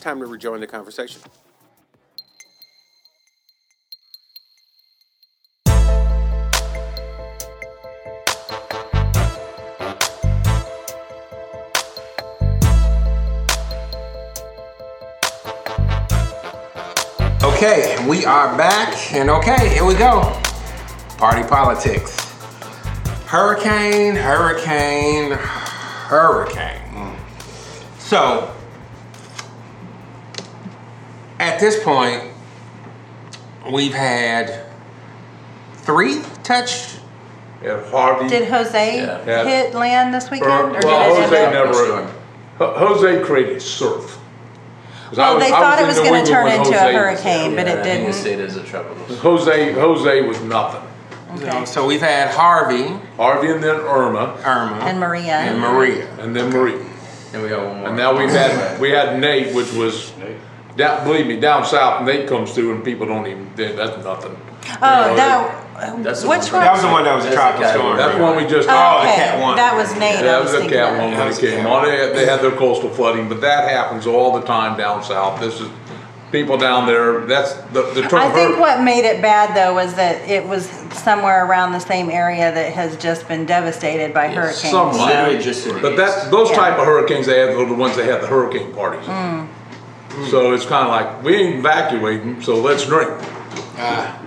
Time to rejoin the conversation. Okay, we are back, and okay, here we go. Party politics. Hurricane, hurricane, hurricane. So, at this point, we've had three touch. Yeah, Harvey. Did Jose Yeah. hit land this weekend? Or- or did well, it end Jose up- never. Next one. Ho- Jose created surf. 'Cause I Well, was- Oh, they I was thought it was in the going to Wiggle turn when into Jose a was there. hurricane, but it I think didn't. it is a tropical. Jose, Jose was nothing. You know, uh, so we've had Harvey, Harvey and then Irma, Irma, And Maria. and Maria. and then Marie. And we got one more. And now we've had we had Nate, which was down, believe me, down south. Nate comes through and people don't even that- that's nothing. oh, You know, that. That's the which one- one? That was the one that was a That's the tropical cat. storm. That's one we just. Oh, the okay. cat one. That was Nate. I That was a thinking cat one of. That when was it a came cat on. They had, they had their coastal flooding, but that happens all the time down south. This is people down there. That's the the term. I think hur- what made it bad though was that it was somewhere around the same area that has just been devastated by hurricanes. somewhat. literally just in But the that's east. those Yeah. type of hurricanes they have are the ones they have the hurricane parties. So it's kind of like we ain't evacuating, so let's drink. Ah,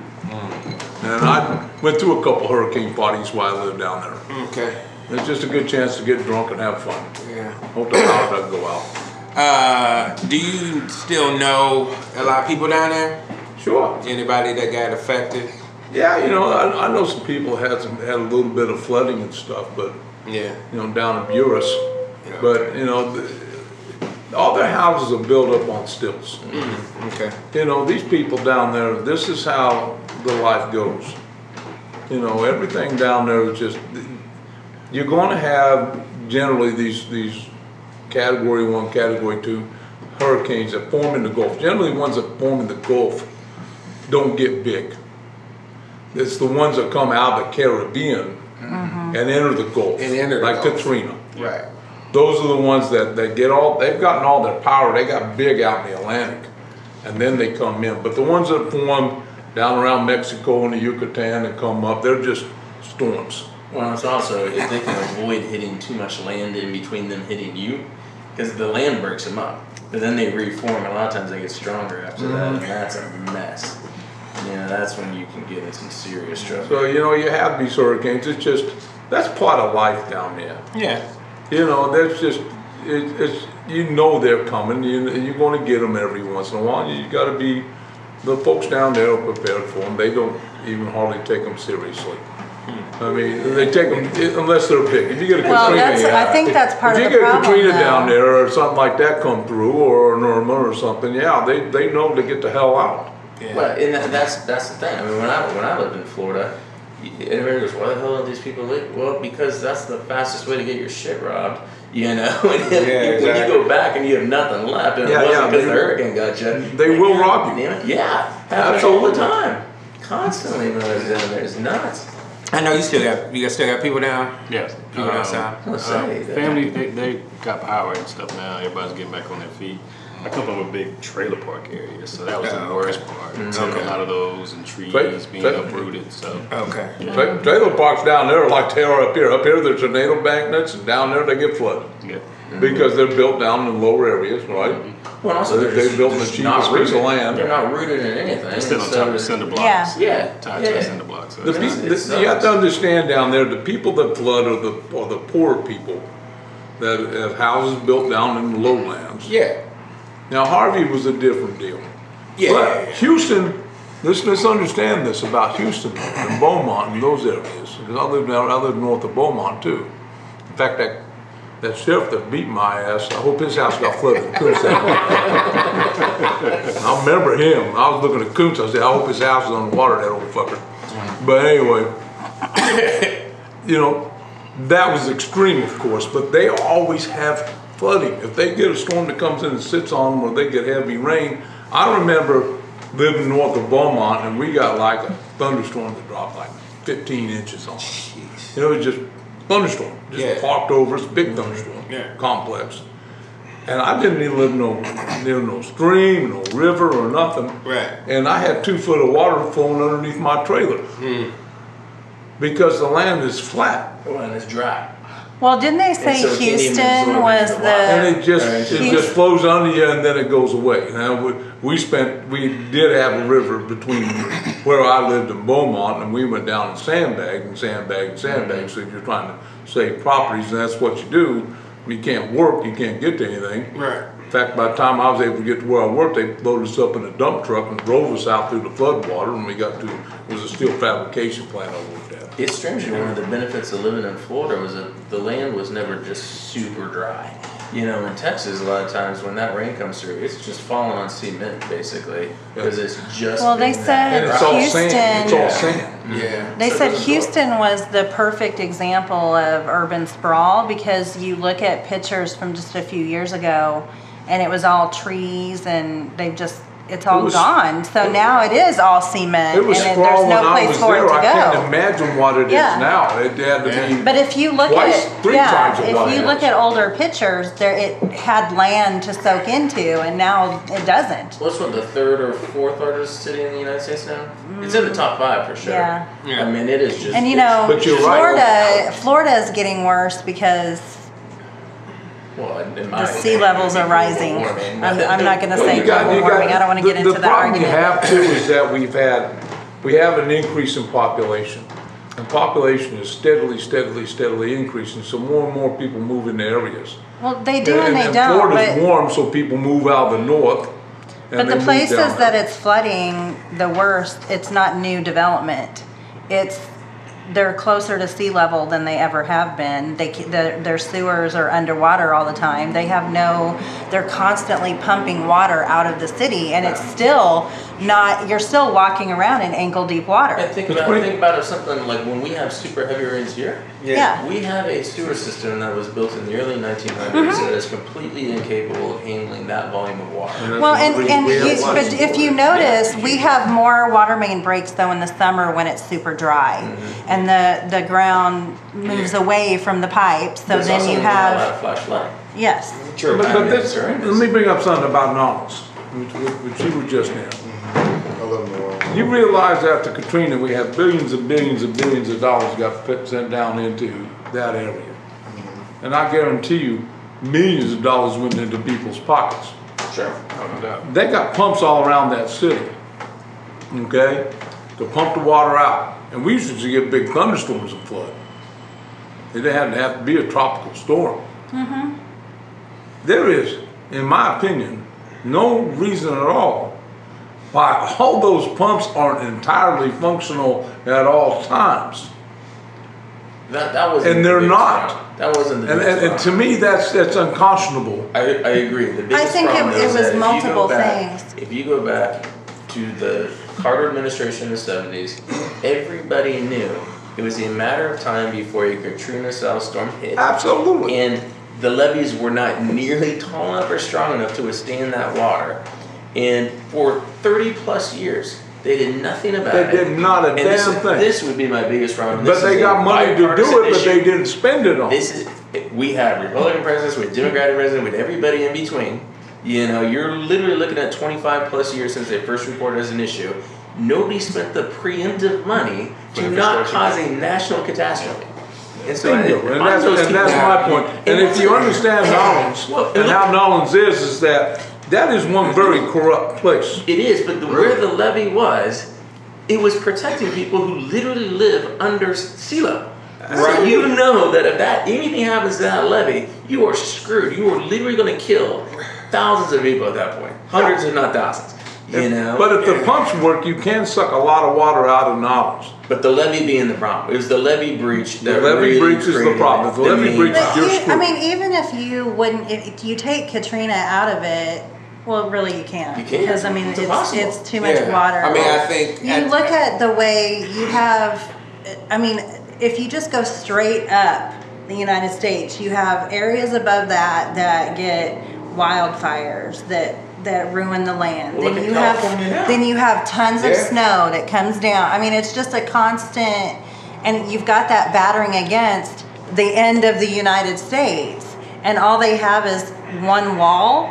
And I went through a couple hurricane parties while I lived down there. okay. It's just a good chance to get drunk and have fun. Yeah. Hope the power doesn't go out. Uh, do you still know a lot of people down there? Sure. Anybody that got affected? Yeah, you know, I, I know some people had some had a little bit of flooding and stuff, but Yeah. you know down in Buris, Yeah. but you know, the, all their houses are built up on stilts. Okay. you know, these people down there, this is how the life goes. You know, everything down there is just, you're going to have generally these, these category one, category two hurricanes that form in the Gulf. Generally, ones that form in the Gulf don't get big. It's the ones that come out of the Caribbean and enter the Gulf, Mm-hmm. And enter the like Gulf. Katrina Right. those are the ones that, that get all they've gotten all their power they got big out in the atlantic and then they come in but the ones that form down around mexico and the yucatan and come up they're just storms Well, it's also if they can avoid hitting too much land in between them hitting you, because the land breaks them up. But then they reform, and a lot of times they get stronger after that, Mm-hmm. and that's a mess. You know, that's when you can get in some serious trouble. so you know you have these hurricanes it's just that's part of life down there Yeah. you know that's just it, it's you know they're coming you, you're going to get them every once in a while you got to be the folks down there are prepared for them they don't even hardly take them seriously I mean, they take them unless they're big. If you get a Well, Katrina, that's, I think that's part if you of the get problem. Katrina though. down there or something like that come through, or an Irma or something, yeah, they, they know to get the hell out. But and that, that's that's the thing. I mean, when I when I lived in Florida, y- everybody goes, "Why the hell do these people live?" Well, because that's the fastest way to get your shit robbed. You know, and if- when exactly. you go back and you have nothing left, and Yeah, it wasn't yeah, because they- the hurricane got you, they like, will God rob you. damn it. Yeah, happens all the time, constantly when I was down there. It's nuts. I know you still got you got still got people down Yes. people Um, down south. Let's Uh, say that. Um, Family, they, they got power and stuff now. Everybody's getting back on their feet. I come from a big trailer park area, so that was Oh, the okay. worst part. Seeing okay. A lot of those and trees But- being but- uprooted. So Okay. Tra- Trailer parks down there are like they are up here. Up here, there's tornado magnets, and down there they get flooded yeah. because they're built down in lower areas, right? Well, and also They- they're, they just- built they're the just cheapest not piece of rooted. land. They're not rooted in anything. They're still on and top so of the they're- cinder blocks. Yeah. Yeah, Tied to yeah. the cinder blocks. The So pe- It's- it's the- you have to nuts. understand down there, the people that flood are the are the poor people that have houses built down in the lowlands. Yeah. Now Harvey was a different deal. Yeah. But Houston, let's, let's understand this about Houston and Beaumont and those areas. Because I live down, I live north of Beaumont too. In fact, that that sheriff that beat my ass, I hope his house got flooded. Coontz had one. I remember him. I was looking at Coontz. I said, I hope his house is underwater, that old fucker. But anyway, you know, that was extreme, of course, but they always have flooding. If they get a storm that comes in and sits on them or they get heavy rain, I remember living north of Beaumont and we got like a thunderstorm that dropped like 15 inches on us. You know, it was just thunderstorm, just Yeah. parked over, it's a big thunderstorm Yeah. complex. And I didn't even live no near no stream, no river or nothing. Right. And I had two foot of water flowing underneath my trailer. Because the land is flat. Well, and it's dry. Well, didn't they say so it can't even Houston absorb was into the And the, it just Right. it just flows under you and then it goes away. Now we, we spent we did have a river between where I lived in Beaumont and we went down and sandbagged and sandbagged and sandbagged. So if you're trying to save properties, and that's what you do. When you can't work, you can't get to anything. Right. In fact, by the time I was able to get to where I worked, they loaded us up in a dump truck and drove us out through the floodwater. When we got to it was a steel fabrication plant I worked at. It's strange. that One of the benefits of living in Florida was that the land was never just super dry. You know, in Texas, a lot of times when that rain comes through, it's just falling on cement basically because it's just. well, they been that said And it's dry. all sand. It's all Houston- sand. Yeah. They So it said doesn't grow. Houston was the perfect example of urban sprawl because you look at pictures from just a few years ago and it was all trees and they've just, it's all was- gone. So now it is all cement It was and it- sprawl there's when no I place was for there. it I can't to go. imagine what it is Yeah. now. It had to be. But if you look Twice, at, three yeah, times what if it you look is. at older pictures, there, it had land to soak into and now it doesn't. What's what the third or fourth largest city in the United States now? It's in the top five for sure. Yeah. Yeah. I mean, it is just. And you it's- know, But you're right. Florida, Florida is getting worse because well, in in my The sea opinion, levels are global rising. warming. I'm, I'm not gonna Well, say you got- global you got- warming, I don't wanna the- get into that argument. The problem you have too is that we've had, we have an increase in population. And population is steadily, steadily, steadily increasing, so more and more people move into areas. Well, they do and they And don't, Florida's but, warm, so people move out of the north. and but they the move places down that there. it's flooding the worst, it's not new development. It's, they're closer to sea level than they ever have been. They, ca- their their sewers are underwater all the time. They have no, they're constantly pumping water out of the city and it's still not, you're still walking around in ankle deep And water. think It's about pretty- think about if something like when we have super heavy rains here. Yeah. We have a sewer system that was built in the early 1900s Mm-hmm. that is completely incapable of handling that volume of water. Well, That's and, what we- and we have you- one. but if you notice, we have more water main breaks though in the summer when it's super dry. Mm-hmm. And the, the ground moves away from the pipe, so There's then also you not a lot have, of flashlight. yes. True. But, but this, Right. let me bring up something about Nautilus, which, which which you were just now. I love New Orleans. You realize after Katrina, we had billions and billions and billions of dollars got put- sent down into that area. And I guarantee you, millions of dollars went into people's pockets. Sure. They got pumps all around that city, okay, to pump the water out. And we used to get big thunderstorms and flood. It didn't have to have to be a tropical storm. There is, in my opinion, no reason at all why all those pumps aren't entirely functional at all times. That that was. And they're not. That wasn't the And, biggest and, and to problem. me, that's, that's unconscionable. I, I agree. The biggest think it- problem it is was that if you go multiple back- things. If you go back to the Carter administration in the seventies, everybody knew it was a matter of time before a Katrina style storm hit. Absolutely. And the levees were not nearly tall enough or strong enough to withstand that water. And for thirty plus years, they did nothing about They it. did not a And this- damn thing. This would be my biggest problem. But This is they a got money to do bipartisan it, but they issue. didn't spend it on it. This is we have Republican presidents, we have Democratic presidents, with everybody in between. You know, you're literally looking at 25 plus years since they first reported as an issue. Nobody spent the preemptive money to not cause a national catastrophe. And so, Bingo. I- And I'm that's, those and that's people- my point. And if you understand Well, Nolans and how Nolans is, is that that is one very corrupt place. It is, but the, where the levee was, it was protecting people who literally live under sea level. So you know that if that anything happens to that levee, you are screwed. You are literally going to kill thousands of people at that point, hundreds if not thousands. You know, But if the pumps work, you can suck a lot of water out of Nolans. But the levee being the problem, it was the levee breach. The That levee really breach is the created problem. The levee main- breach is But You're you, I screwed. mean, even if you wouldn't, if if you take Katrina out of it, well, really you can't. You can't. Because I mean, It's it's, impossible. it's too much Yeah. water. I mean, I think You at- look at the way you have, I mean, if you just go straight up the United States, you have areas above that that get wildfires that, that ruin the land. Well, Then look you at have, California now. then you have tons of Yeah. snow that comes down. I mean, it's just a constant, and you've got that battering against the end of the United States. and all they have is one wall.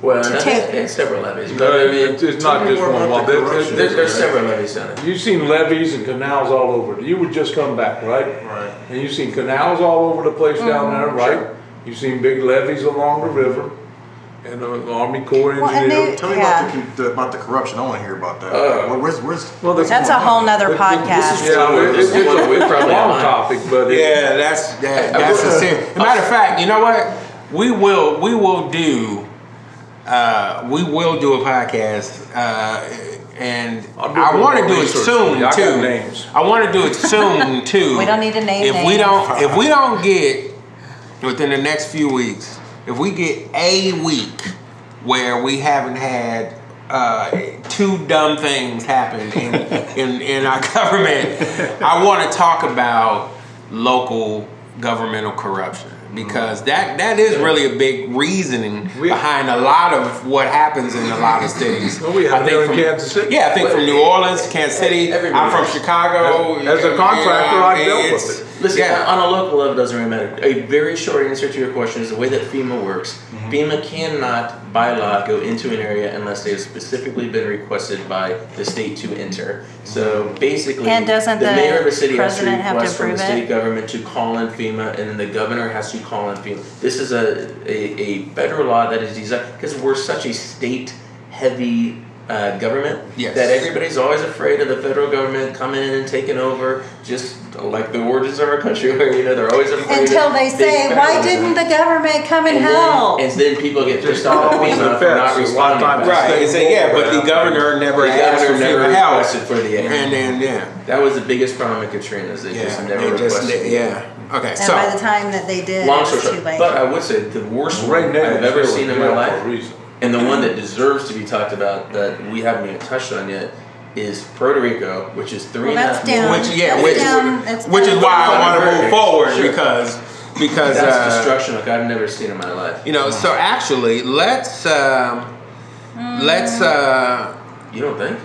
Well, To no, take- there's, there's several levees, No, but I mean, it's it's not just one wall. There- there- there's, there- there's several levees on it. You've seen levees and canals all over. You would just come back, right? Right. And you've seen canals all over the place down Mm-hmm. there, right? You've seen big levees along the river and the Army Corps Well, and engineer. they- Tell me Yeah. about the, con- the- about the corruption. I want to hear about that. Uh, Where- where's, where's, Well, the- That's a whole nother This- this- podcast. this is- Yeah, it- it's, it's a- it's a Probably long not. topic, but it- Yeah, that's that. That's a serious. Matter of fact, you know what? We will. We will do. Uh, we will do a podcast, uh, and I'll do a I little want to more do it research. soon Yeah, I got too. names. I want to do it soon too. We don't need to name If we names. don't, if we don't get within the next few weeks, if we get a week where we haven't had uh, two dumb things happen in, in, in our government, I want to talk about local governmental corruption because that, that is really a big reasoning Mm-hmm. We- behind a lot of what happens in a lot of cities. Well, we have I think here in from- Kansas City. Yeah, I think from New Orleans, Kansas City. Everywhere. I'm from Chicago. As- as a You know, contractor, I dealt with it's- it. Listen, yeah. on a local level doesn't really matter. A very short answer to your question is the way that FEMA works. FEMA cannot, by law, go into an area unless they have specifically been requested by the state to enter. So basically, And doesn't the mayor of a city has to president have to request from the approve it? state government to call in FEMA, and then the governor has to call in FEMA. This is a a, a federal law that is designed because we're such a state-heavy uh, government Yes. that every Everybody's always afraid of the federal government coming in and taking over, just like the origins of our country, where you know they're always afraid. Until of they big say, why federalism." didn't the government come and And help? then, and then people get pissed Just off at always FEMA the for feds, a not lot of responding. times. back. Right, it's a, yeah, but the governor never The asked governor for never never help. requested for the aid. And then, yeah, That was the biggest problem with Katrina is they just yeah, never they just, requested. yeah, okay, And by the so, time that they did, it Long story was too short, late. but I would say the worst Ray one Nagel I've ever was seen in there my for life a reason. And the one that deserves to be talked about that we haven't even touched on yet is Puerto Rico, which is three Well, and a half that's down. million- which, yeah, That's which, down, that's which is down. why I wanna move forward, Sure. because, because, That's uh, destruction like I've never seen in my life. you know, so actually, let's, um, let's, Hmm. uh, You don't think?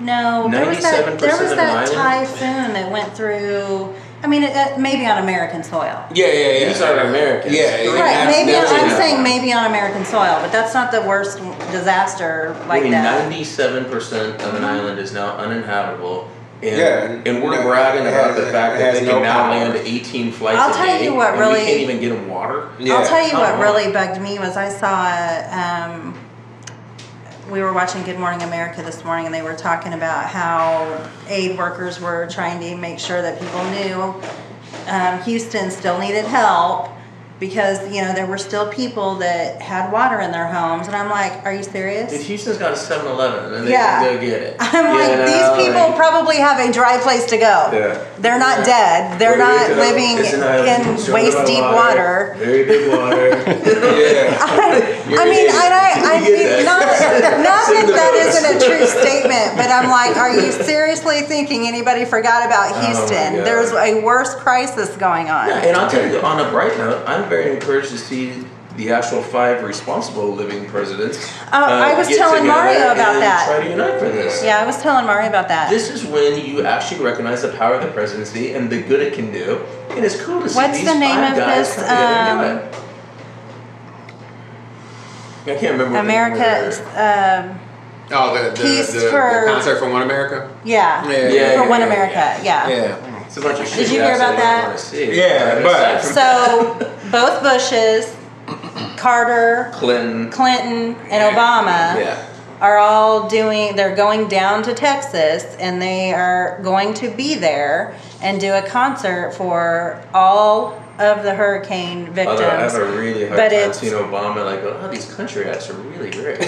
No, there was that, 97% there was of that an island? typhoon that went through, I mean, it, it, maybe on American soil. yeah, yeah, yeah. These are Americans. Yeah. yeah, Right, that's- maybe, that's- I'm yeah. saying maybe on American soil, but that's not the worst disaster I like mean, that. ninety-seven percent of an island is now uninhabitable, and Yeah. and No, we're bragging it about has- the fact it that has they no can now power. land eighteen flights I'll a tell day, you what and really- we can't even get them water. I'll tell you what Come really on. bugged me was I saw, um, we were watching Good Morning America this morning and they were talking about how aid workers were trying to make sure that people knew um, Houston still needed help because, you know, there were still people that had water in their homes. And I'm like, are you serious? Dude, Houston's got a 7-Eleven, and they Yeah. can go get it. I'm You like, know, these people like- probably have a dry place to go. Yeah. They're not Yeah. dead. They're Puerto not Rico living is an island in surrounded waist by deep water. Very big water. Yeah, I mean, I, I, I You get mean, not, that. not that that isn't a true statement, but I'm like, are you seriously thinking anybody forgot about Oh my Houston? God. There's a worse crisis going on. Yeah, and I'll tell you, on a bright note, I'm very encouraged to see the actual five responsible living presidents. Uh, I was get telling together Mario and about that. Try to unite for this. Yeah, I was telling Mari about that. This is when you actually recognize the power of the presidency and the good it can do. And it's cool to see What's these the name five of guys this, um, come together and do it. I can't remember. what the name of America, it- um, oh, the, the, Peace the, the for- concert for One America? yeah, Yeah, yeah, for yeah, One yeah, America, Yeah. It's a bunch of shit. Did you hear about that? Yeah, but- So both Bushes, Carter, Clinton. Clinton, and Obama Yeah. are all doing. They're going down to Texas, and they are going to be there and do a concert for all of the hurricane victims. Although I have a really hard But time it's- seeing Obama like, oh, these country acts are really great.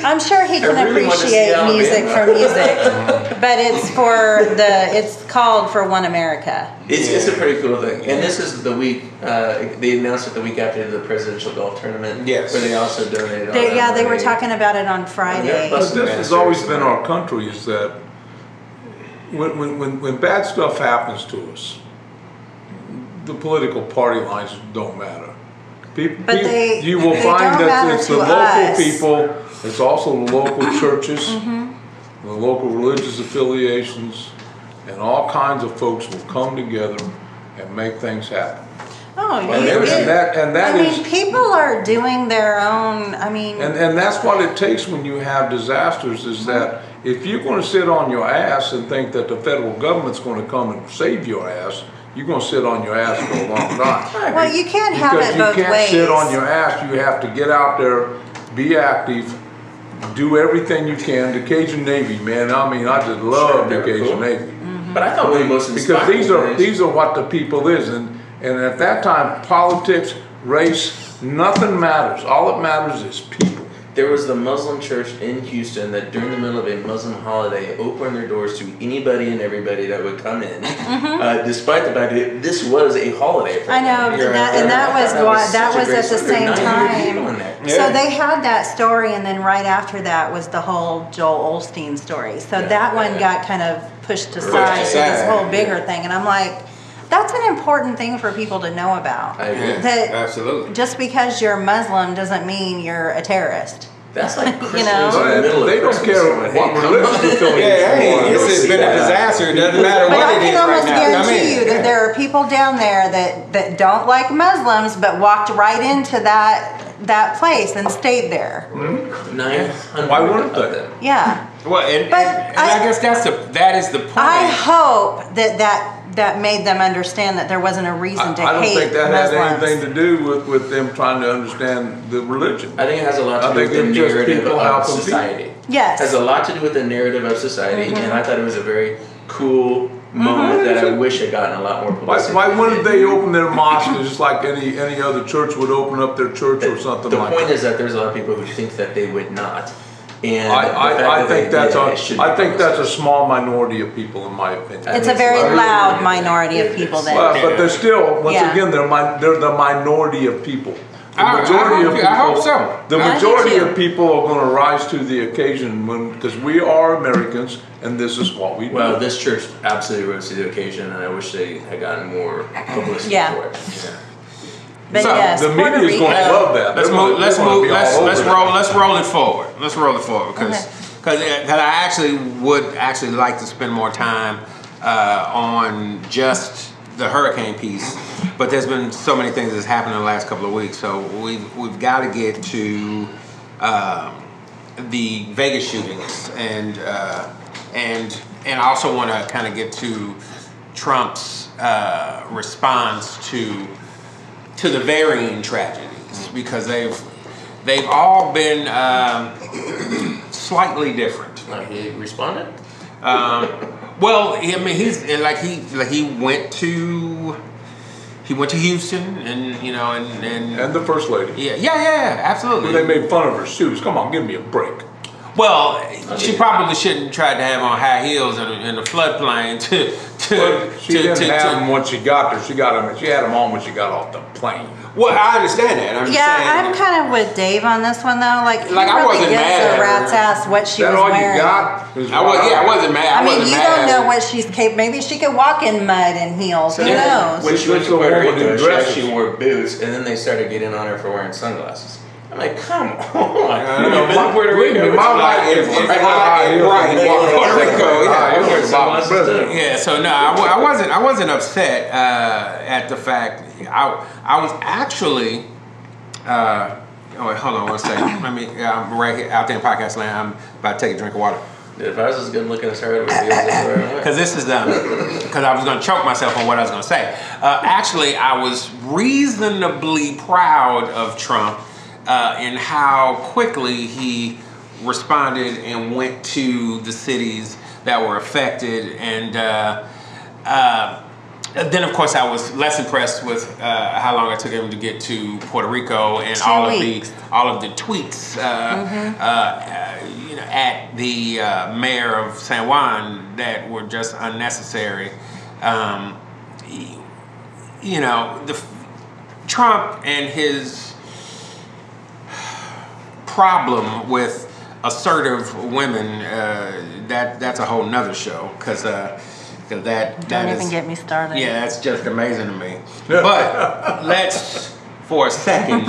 I'm sure he can really wanted to see appreciate Alabama. music for music, but it's for the. It's called for One America. It's, it's a pretty cool thing. And this is the week, uh, they announced it the week after the presidential golf tournament. Yes. Where they also donated all They, that yeah, they were money. talking about it on Friday. Yeah. But this has always been our country is that when, when, when, when bad stuff happens to us, the political party lines don't matter. People, But they- you will they find don't that matter it's the to local us. people, it's also the local churches, Mm-hmm. the local religious affiliations, and all kinds of folks will come together and make things happen. Oh, Well, you there was did. that- and that I is- mean, people are doing their own. I mean, And, and that's what it takes when you have disasters is that if you're gonna sit on your ass and think that the federal government's gonna come and save your ass, you're gonna sit on your ass for a long time. well, you can't have Because it you both can't ways. sit on your ass, you have to get out there, be active, do everything you can. The Cajun Navy, man, I mean, I just love the they're Cajun cool. Navy. Mm-hmm. But I thought one of the most Because these are, inspiring things- these are what the people is, and, and at that time, politics, race, nothing matters. All that matters is people. There was the Muslim church in Houston that during the middle of a Muslim holiday opened their doors to anybody and everybody that would come in, uh, despite the fact that this was a holiday. Mm-hmm. For I know, them. but that- and that was why- that such a was great at the story. same 900 time. people in there. So they had that story, and then right after that was the whole Joel Olstein story. So that one got kind of pushed aside, to this aside, whole bigger thing. And I'm like, that's an important thing for people to know about. I agree. That Absolutely. just because you're Muslim doesn't mean you're a terrorist. That's like Christmas know? in the But middle of they don't Christmas. care Someone, what hey, religion Yeah, hey, You'll this has see been a that. disaster. It doesn't matter But I what it can is right almost now. Come guarantee in. you that Yeah. there are people down there that, that don't like Muslims but walked right into that that place and stayed there. 900 Why wouldn't of they? them. Yeah. Well, and, But and, and I, I- guess that's the that is the point. I hope that that that made them understand that there wasn't a reason to I don't hate think that Muslims. had anything to do with, with them trying to understand the religion. I think it has a lot I to do think with the they're just narrative people out of competing. society. Yes. Mm-hmm. Has a lot to do with the narrative of society, and I thought it was a very cool moment that I wish had gotten a lot more Mm-hmm. Why, publicity. why wouldn't they open their mosque just like any, any other church would open up their church or something the like point that? is that there's a lot of people who think that they would not. And I, the fact I, I that think they that's did, a, it should I be think that's a publicized. small minority of people in my opinion. It's a very It's loud larger. minority of It people is. then. Well, but they're still, once Yeah. again, they're mi- they're the minority of people. The I- I majority hope of you- I hope people- so. The I do majority too. of people are gonna rise to the occasion when, because we are Americans and this is what we do. Well, this church absolutely rose to the occasion, and I wish they had gotten more publicity Yeah. for it. Yeah. But So, yes, The Puerto media's Rico. gonna love that. Let's They're gonna- move. they're Let's gonna move. be all Let's over let's that. roll. Let's roll it forward. Let's roll it forward because because I actually would actually like to spend more time uh, on just the hurricane piece, but there's been so many things that's happened in the last couple of weeks, so we've we've got to get to um, the Vegas shootings and uh, and and I also want to kind of get to Trump's uh, response to to the varying tragedies because they've they've all been um, slightly different. Um, Uh, he responded. Well, I mean, he's like he like he went to he went to Houston and you know and and, And the first lady. yeah yeah yeah yeah, absolutely. They made fun of her shoes. Come on, give me a break. Well, she probably shouldn't try to have on high heels in, a- in the floodplain to to Well, she to, didn't to, have them to, when she got there. She got them. She had them on when she got off the plane. Well, I understand that. I'm just Yeah, saying. I'm kind of with Dave on this one though. Like, Like, he I really wasn't gives mad at a her. rat's ass what she That was all you wearing. got? is I was, yeah, I wasn't mad. I, I mean, wasn't you mad. don't know what she's capable. Maybe she could walk in mud and heels. Who knows? When she went This to Puerto woman in Rico, she dresses. actually wore boots, and then they started getting on her for wearing sunglasses. I'm like, come on. You know, You've been my- to Puerto believe Rico. me, it's my like- wife is it's right hot and bright in in Puerto Rico, yeah. I Everywhere was about sunglasses president. too. Yeah, so no, I, wa- I wasn't. I wasn't upset uh, at the fact. I I was actually. Uh, oh wait, hold on one second. Let me. yeah, I'm right here out there in podcast land. I'm about to take a drink of water If I was as good looking as her, it would be as where I because this is because I was going to choke myself on what I was going to say. Uh, actually, I was reasonably proud of Trump uh, in how quickly he responded and went to the cities that were affected, and uh, uh, then of course I was less impressed with uh, how long it took him to get to Puerto Rico and Two all weeks. Mm-hmm. of the all of the tweets, uh, uh, uh, you know, at the uh, mayor of San Juan that were just unnecessary. Um, y- you know, the f- Trump and his problem with assertive women uh, that that's a whole nother show because uh, 'cause that that Don't even is- get me started. yeah, that's just amazing to me. But let's, for a second,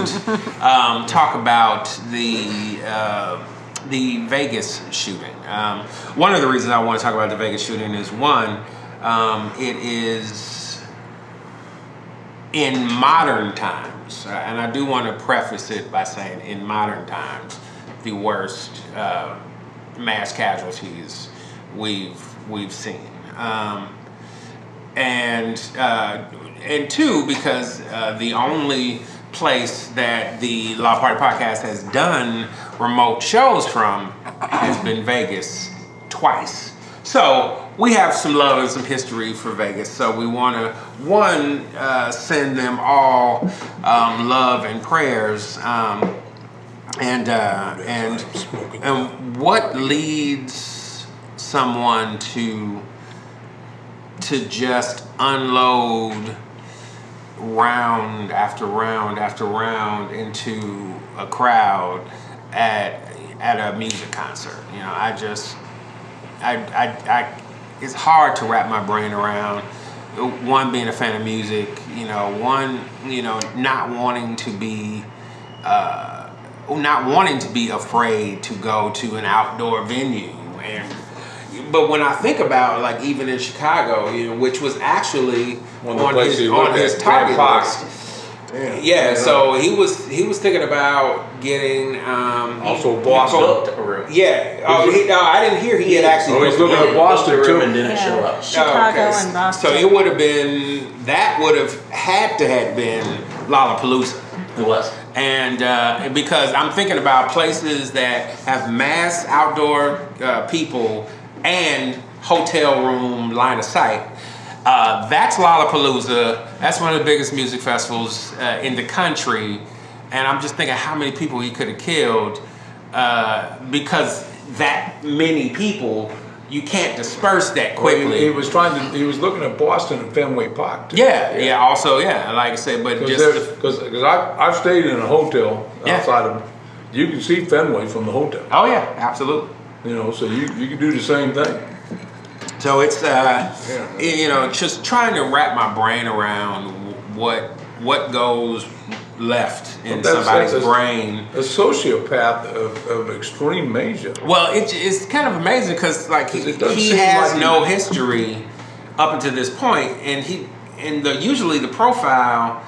um, talk about the uh, the Vegas shooting. Um, one of the reasons I want to talk about the Vegas shooting is one, um, it is in modern times, uh, and I do want to preface it by saying in modern times, the worst uh, mass casualties we've we've seen. Um, and uh, and two because uh, the only place that the Law Party Podcast has done remote shows from has been Vegas twice. So we have some love and some history for Vegas. So we want to one uh, send them all um, love and prayers. Um, and uh, and and what leads someone to to just unload round after round after round into a crowd at at a music concert. You know, I just I I, I it's hard to wrap my brain around one being a fan of music, you know, one, you know, not wanting to be uh, not wanting to be afraid to go to an outdoor venue and but when I think about like even in Chicago, you know, which was actually One of the on places his you on look his at, target Grand list. Yeah, so he was he was thinking about getting um Also Boston. Booked a room. Yeah. Oh, he, no, I didn't hear he had actually. Oh, he's looking He at Boston booked a room and too. didn't Yeah. show up. Oh, okay. Chicago and Boston. So it would have been that would have had to have been Lollapalooza. It was. and uh, because I'm thinking about places that have mass outdoor uh, people and hotel room line of sight. Uh, that's Lollapalooza. That's one of the biggest music festivals uh, in the country, and I'm just thinking how many people he could have killed uh, because that many people you can't disperse that quickly. He, he was trying to, he was looking at Boston and Fenway Park too. yeah, yeah, Also, yeah, like I said, but just Because I've, I've stayed in a hotel Yeah. outside of, you can see Fenway from the hotel, oh yeah, absolutely. you know, so you, you can do the same thing. So it's uh, Yeah. y- you know, just trying to wrap my brain around wh- what what goes left in That's- somebody's that's- brain. A sociopath of, of extreme measure. Well, it, it's kind of amazing because like he, It doesn't he seem has like- no history up until this point, and he and the usually the profile,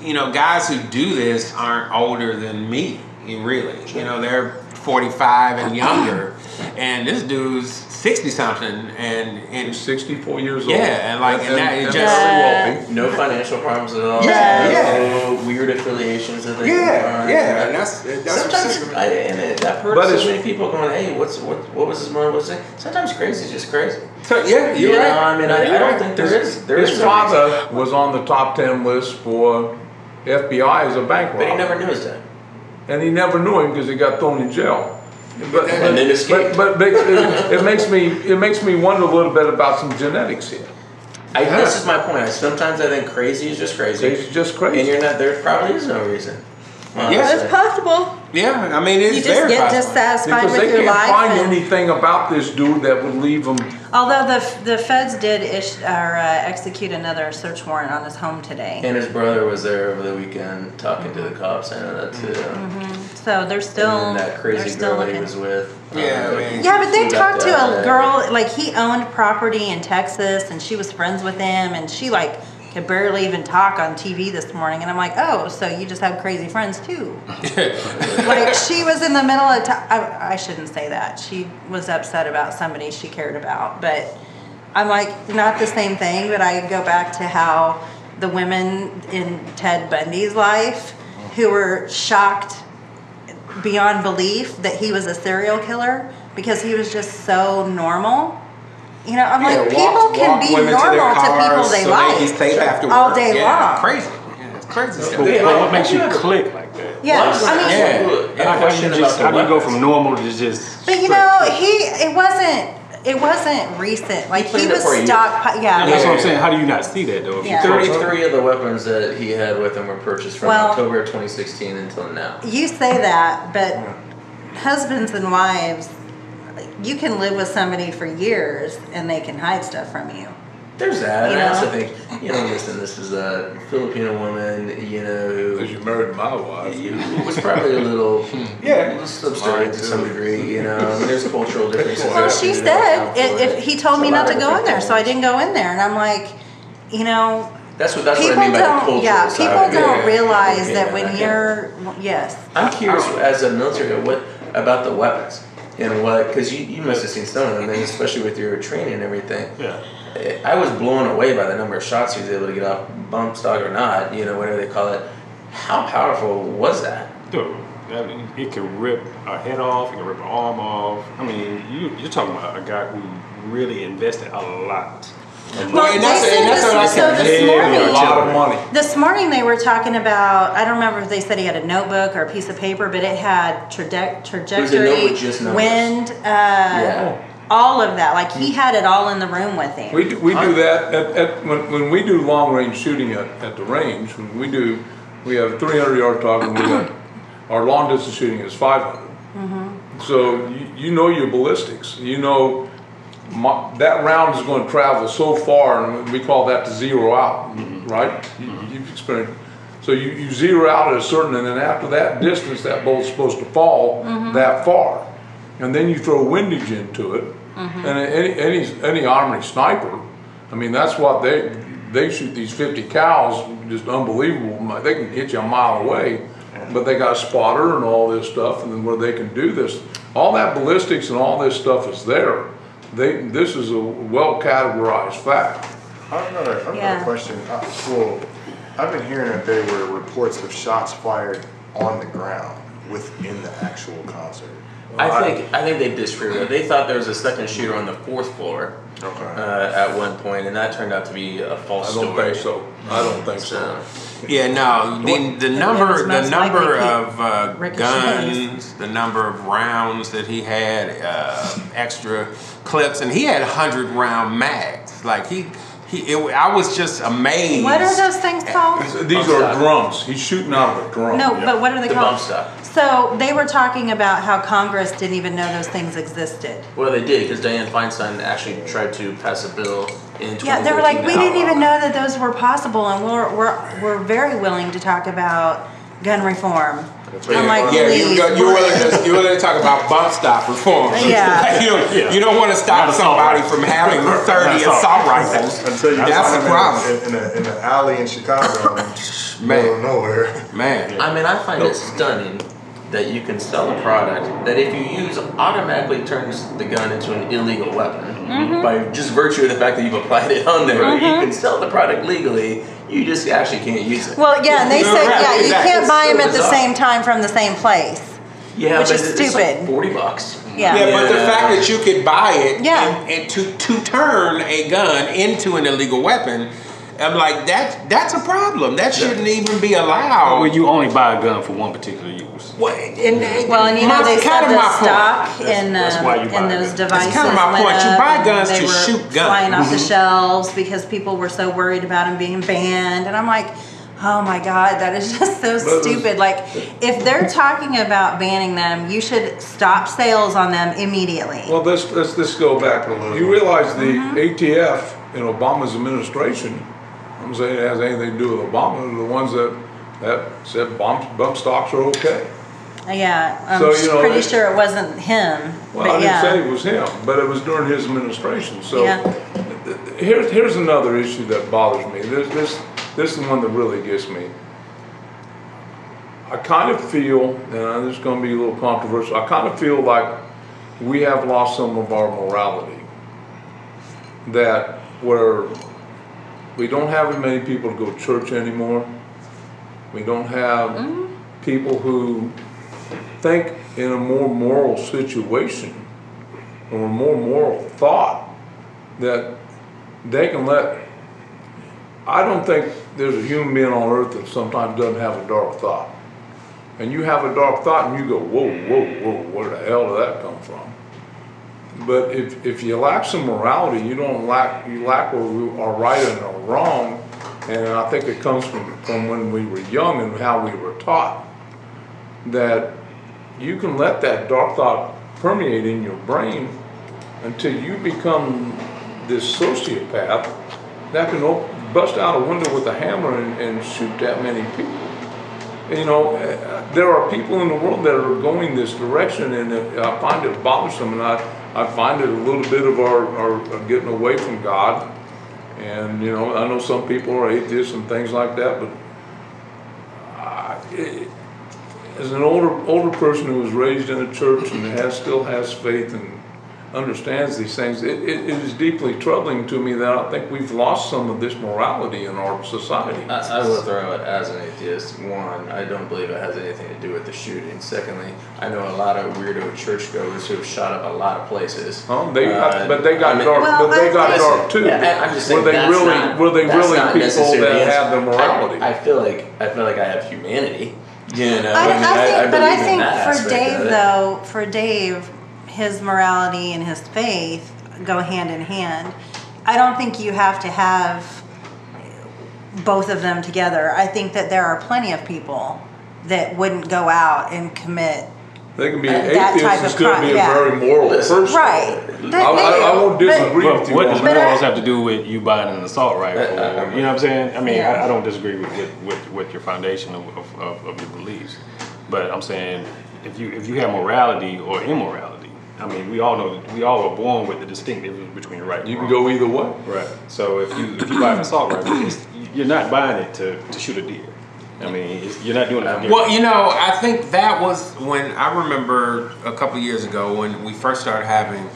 you know, guys who do this aren't older than me. you Really, you know, they're forty five and younger, and this dude's sixty something, and and He's 64 years old. Yeah, and like- and that- it just- very wealthy. No financial problems at all. Yeah, no yeah. weird affiliations that they Yeah, are. yeah, and that's that's Sometimes I, and it- I've heard But so it's- many people going, "Hey, what's what? What was his money? What's it?" Sometimes crazy is just crazy. So, yeah, you're You know, right. I mean, I, You're I don't right. think there is. There is His no reason. father was on the top 10 list for FBI as a bank robber. but he never knew his dad. and he never knew him because he got thrown in jail. But, And then but, escaped. but makes- it, it makes me it makes me wonder a little bit about some genetics here. I, This is my point. I, sometimes I think crazy is just crazy, It's just and crazy. you're not. There probably is no reason. Yeah. Honestly. It's possible. Yeah, I mean, it's You just very get possible. dissatisfied Because with they your life. can't find and- anything about this dude that would leave him. Although the, the feds did ish, or, uh, execute another search warrant on his home today. And his brother was there over the weekend talking to the cops. I know that too. Mm-hmm. So they're still, And then that Mm-hmm. they're crazy still girl that he looking. was with. um, Yeah, I mean- Yeah, but they Who got talked to that, a uh, girl, like he owned property in Texas and she was friends with him and she like could barely even talk on TV this morning. And I'm like, oh, so you just have crazy friends too. like she was in the middle of, t- I, I shouldn't say that. She was upset about somebody she cared about, but I'm like, not the same thing, but I go back to how the women in Ted Bundy's life who were shocked beyond belief that he was a serial killer because he was just so normal. You know, I'm Yeah, like, people walk- can walk be women normal to, their cars people they so like can stay after all work. day yeah, long. Crazy. Yeah, it's crazy stuff. But, Yeah. but what makes you click like that? Yeah, Why is I mean, that? Yeah. Look, How, I how do you question just about the how do you go weapons. from normal to just? but you strict? know, he it wasn't it wasn't recent. Like put he it was for you. stockpiling. Yeah, that's what I'm saying. How do you not see that though? If you Yeah. talk- 33 of the weapons that he had with him were purchased from Well- October of 2016 until now. you say that, but husbands and wives, you can live with somebody for years and they can hide stuff from you. There's that. And You I also know? think, you know, listen, this is a Filipino woman, you know, Because you who married my wife. who was probably a little Yeah. subservient to some degree, you know. I mean, there's cultural differences. Well, that she do account said for if, it. if he told It's me a lot not of to go in different there, so I things. didn't go in there. And I'm like, you know, That's what that's what I People mean by the don't, cultural yeah, side. people of it. yeah, don't realize yeah, that I when get you're, yes, I'm curious as a military guy, what about the weapons and what because you, you must have seen some of them, and especially with your training and everything. Yeah. I- I was blown away by the number of shots he was able to get off, bump stock or not, you know, whatever they call it. How powerful was that? Dude, I mean, it can rip a head off, it can rip an arm off. I mean, you, you're talking about a guy who really invested a lot. Well, and that's- they said and that's this- what I so can this A morning- lot of money. This morning they were talking about, I don't remember if they said he had a notebook or a piece of paper, but it had traje- trajectory, notebook just numbers. wind, uh, Yeah. all of that. Like he had it all in the room with him. We do, we do that at, at, when, when we do long range shooting at, at the range, when we do, we have three hundred yard target, and we got, our long distance shooting is five hundred. So you, you know your ballistics, you know, my, that round is gonna travel so far and we call that the zero out, right? You- You've experienced, so you, you zero out at a certain, and then after that distance, that bolt's supposed to fall that far. And then you throw windage into it, and any, any, any armory sniper, I mean, that's what they, they shoot these fifty cows, just unbelievable, Like, they can hit you a mile away, but they got a spotter and all this stuff, and then where they can do this. All that ballistics and all this stuff is there, they, this is a well categorized fact. I've got a, I've got Yeah. a question. Uh, So, I've been hearing that there were reports of shots fired on the ground within the actual concert. I think I think they disproven it. They thought there was a second shooter on the fourth floor Okay. uh, at one point, and that turned out to be a false I don't story. think so, I don't think so. So, Yeah, no. The, the number, the most number likely of uh, ricochets. guns, the number of rounds that he had, uh, extra clips, and he had hundred round mags. Like he, he. It, I was just amazed. What are those things called? These are drums, he's shooting out of a drum. No, but what are they The called? bump stock. So they were talking about how Congress didn't even know those things existed. well, they did because Diane Feinstein actually tried to pass a bill in. Yeah, they were 2014 like, we to didn't even outlaw know that those were possible, and we're we're we're very willing to talk about gun reform. I'm like, yeah, please. you go, you're we're- willing to you're willing to talk about bump stop reform. Yeah. Like, you, don't- Yeah. you don't want to stop Not assault somebody rifles. from having 30 Not assault assault rifles. Until you That's find the them problem, In, a- in, a, in an alley in Chicago, Man. middle of nowhere. man. I mean, I find it stunning that you can sell a product that if you use automatically turns the gun into an illegal weapon Mm-hmm. by just virtue of the fact that you've applied it on there. You can sell the product legally, you just actually can't use it. Well, yeah, and they said, Right, yeah, you exactly. can't buy them at the Bizarre. same time from the same place. yeah, which but is it's like stupid. Forty bucks. Yeah. Yeah, but the Yeah. fact that you could buy it Yeah. and, and to to turn a gun into an illegal weapon, I'm like that that's a problem. That shouldn't even be allowed. Well, you only buy a gun for one particular use. Well, and, and Well, and you know, that's they said kind of the my point. stock in, That's- that's why you um, buy in those guns. devices kinda my went point. You up buy and guns they to were shoot guns. Flying off the shelves because people were so worried about them being banned, and I'm like, oh my god, that is just so was- stupid. Like, if they're talking about banning them, you should stop sales on them immediately. Well, let's, let's, let's go back a little. You realize the ATF in Obama's administration, I'm saying it has anything to do with Obama, are the ones that, that said bump, bump stocks are okay. Yeah, I'm So, s- you know, pretty it- sure it wasn't him, Well, I but didn't say yeah. it was him, but it was during his administration, so. Yeah. Here's, here's another issue that bothers me, this, this, this is one that really gets me. I kind of feel, and this is gonna be a little controversial, I kind of feel like we have lost some of our morality. That where we don't have as many people to go to church anymore. We don't have people who think in a more moral situation or a more moral thought that they can let. I don't think there's a human being on earth that sometimes doesn't have a dark thought. And you have a dark thought and you go, whoa, whoa, whoa, where the hell did that come from? But if, if you lack some morality, you don't lack, you lack where we are right and are wrong. And I think it comes from, from when we were young and how we were taught that you can let that dark thought permeate in your brain until you become this sociopath that can op- bust out a window with a hammer and, and shoot that many people. You know, uh, there are people in the world that are going this direction, and uh, I find it uh, bothersome, and I, I find it a little bit of our, our, our getting away from God And, you know, I know some people are atheists and things like that, but I- it- as an older, older person who was raised in a church and has, still has faith and understands these things, it, it it is deeply troubling to me that I think we've lost some of this morality in our society. I, I will throw it as an atheist. One, I don't believe it has anything to do with the shooting. Secondly, I know a lot of weirdo churchgoers who have shot up a lot of places. Huh? Oh, They, Uh, but they got I mean- dark. Well, but they I got think- dark too. Yeah, I- I'm just saying were they that's really? not- were they that's really not people necessarily that the had the answer. morality? I, I feel like I feel like I have humanity. You know, I, mean, I think, but believe I in think that for aspect Dave of it. though, for Dave, his morality and his faith go hand in hand. I don't think you have to have both of them together. I think that there are plenty of people that wouldn't go out and commit. they can be that atheists type and of still crime, be a yeah. very moral Listen, person. Right. They- I, I, I won't they do, but- disagree But with Uh, you. what does on that. But I- morals have to do with you buying an assault rifle? I- I- you know what I'm saying? I mean, Yeah. I, I don't disagree with, with, with, with your foundation of, of, of, of your beliefs, but I'm saying if you if you have morality or immorality, I mean, we all know we all are born with the distinctive between right. and You can wrong. go either way. Right. So if you if you buy an assault rifle, it's, you're not buying it to, to shoot a deer. I mean, it's, you're not doing it. For Well, you know, I think that was when I remember a couple years ago when we first started having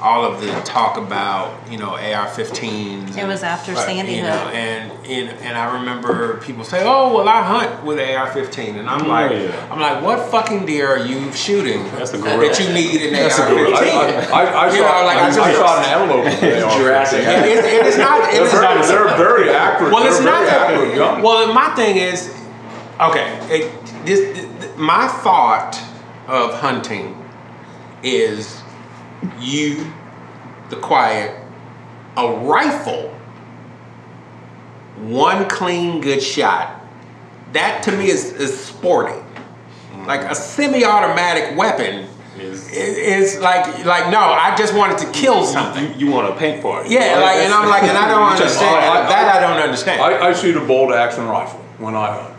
all of the talk about you know AR-15s. It and- was after Right, Sandy you Hook. know, and, and and I remember people say, "Oh, well, I hunt with AR-15," and I'm like, Yeah. "I'm like, what fucking deer are you shooting That's a gorilla. that you need an That's a good. I, I, AR-15?" I, I You know, saw, like, I, I I just- saw an antelope. in the AR-15. Jurassic. It- it- it is not. It They're is not very, they're very accurate. Well, it's they're not very that. accurate guns. Well, my thing is, okay. It, this, th- my thought of hunting is you, the quiet, a rifle, one clean good shot. That to me is is sporty. Like a semi-automatic weapon Is- is, is like like no. I just wanted to kill something. You, you want a paint party? Yeah, like, and I'm like, and I don't understand I- I- that. I don't understand. I, I shoot a bolt action rifle when I hunt.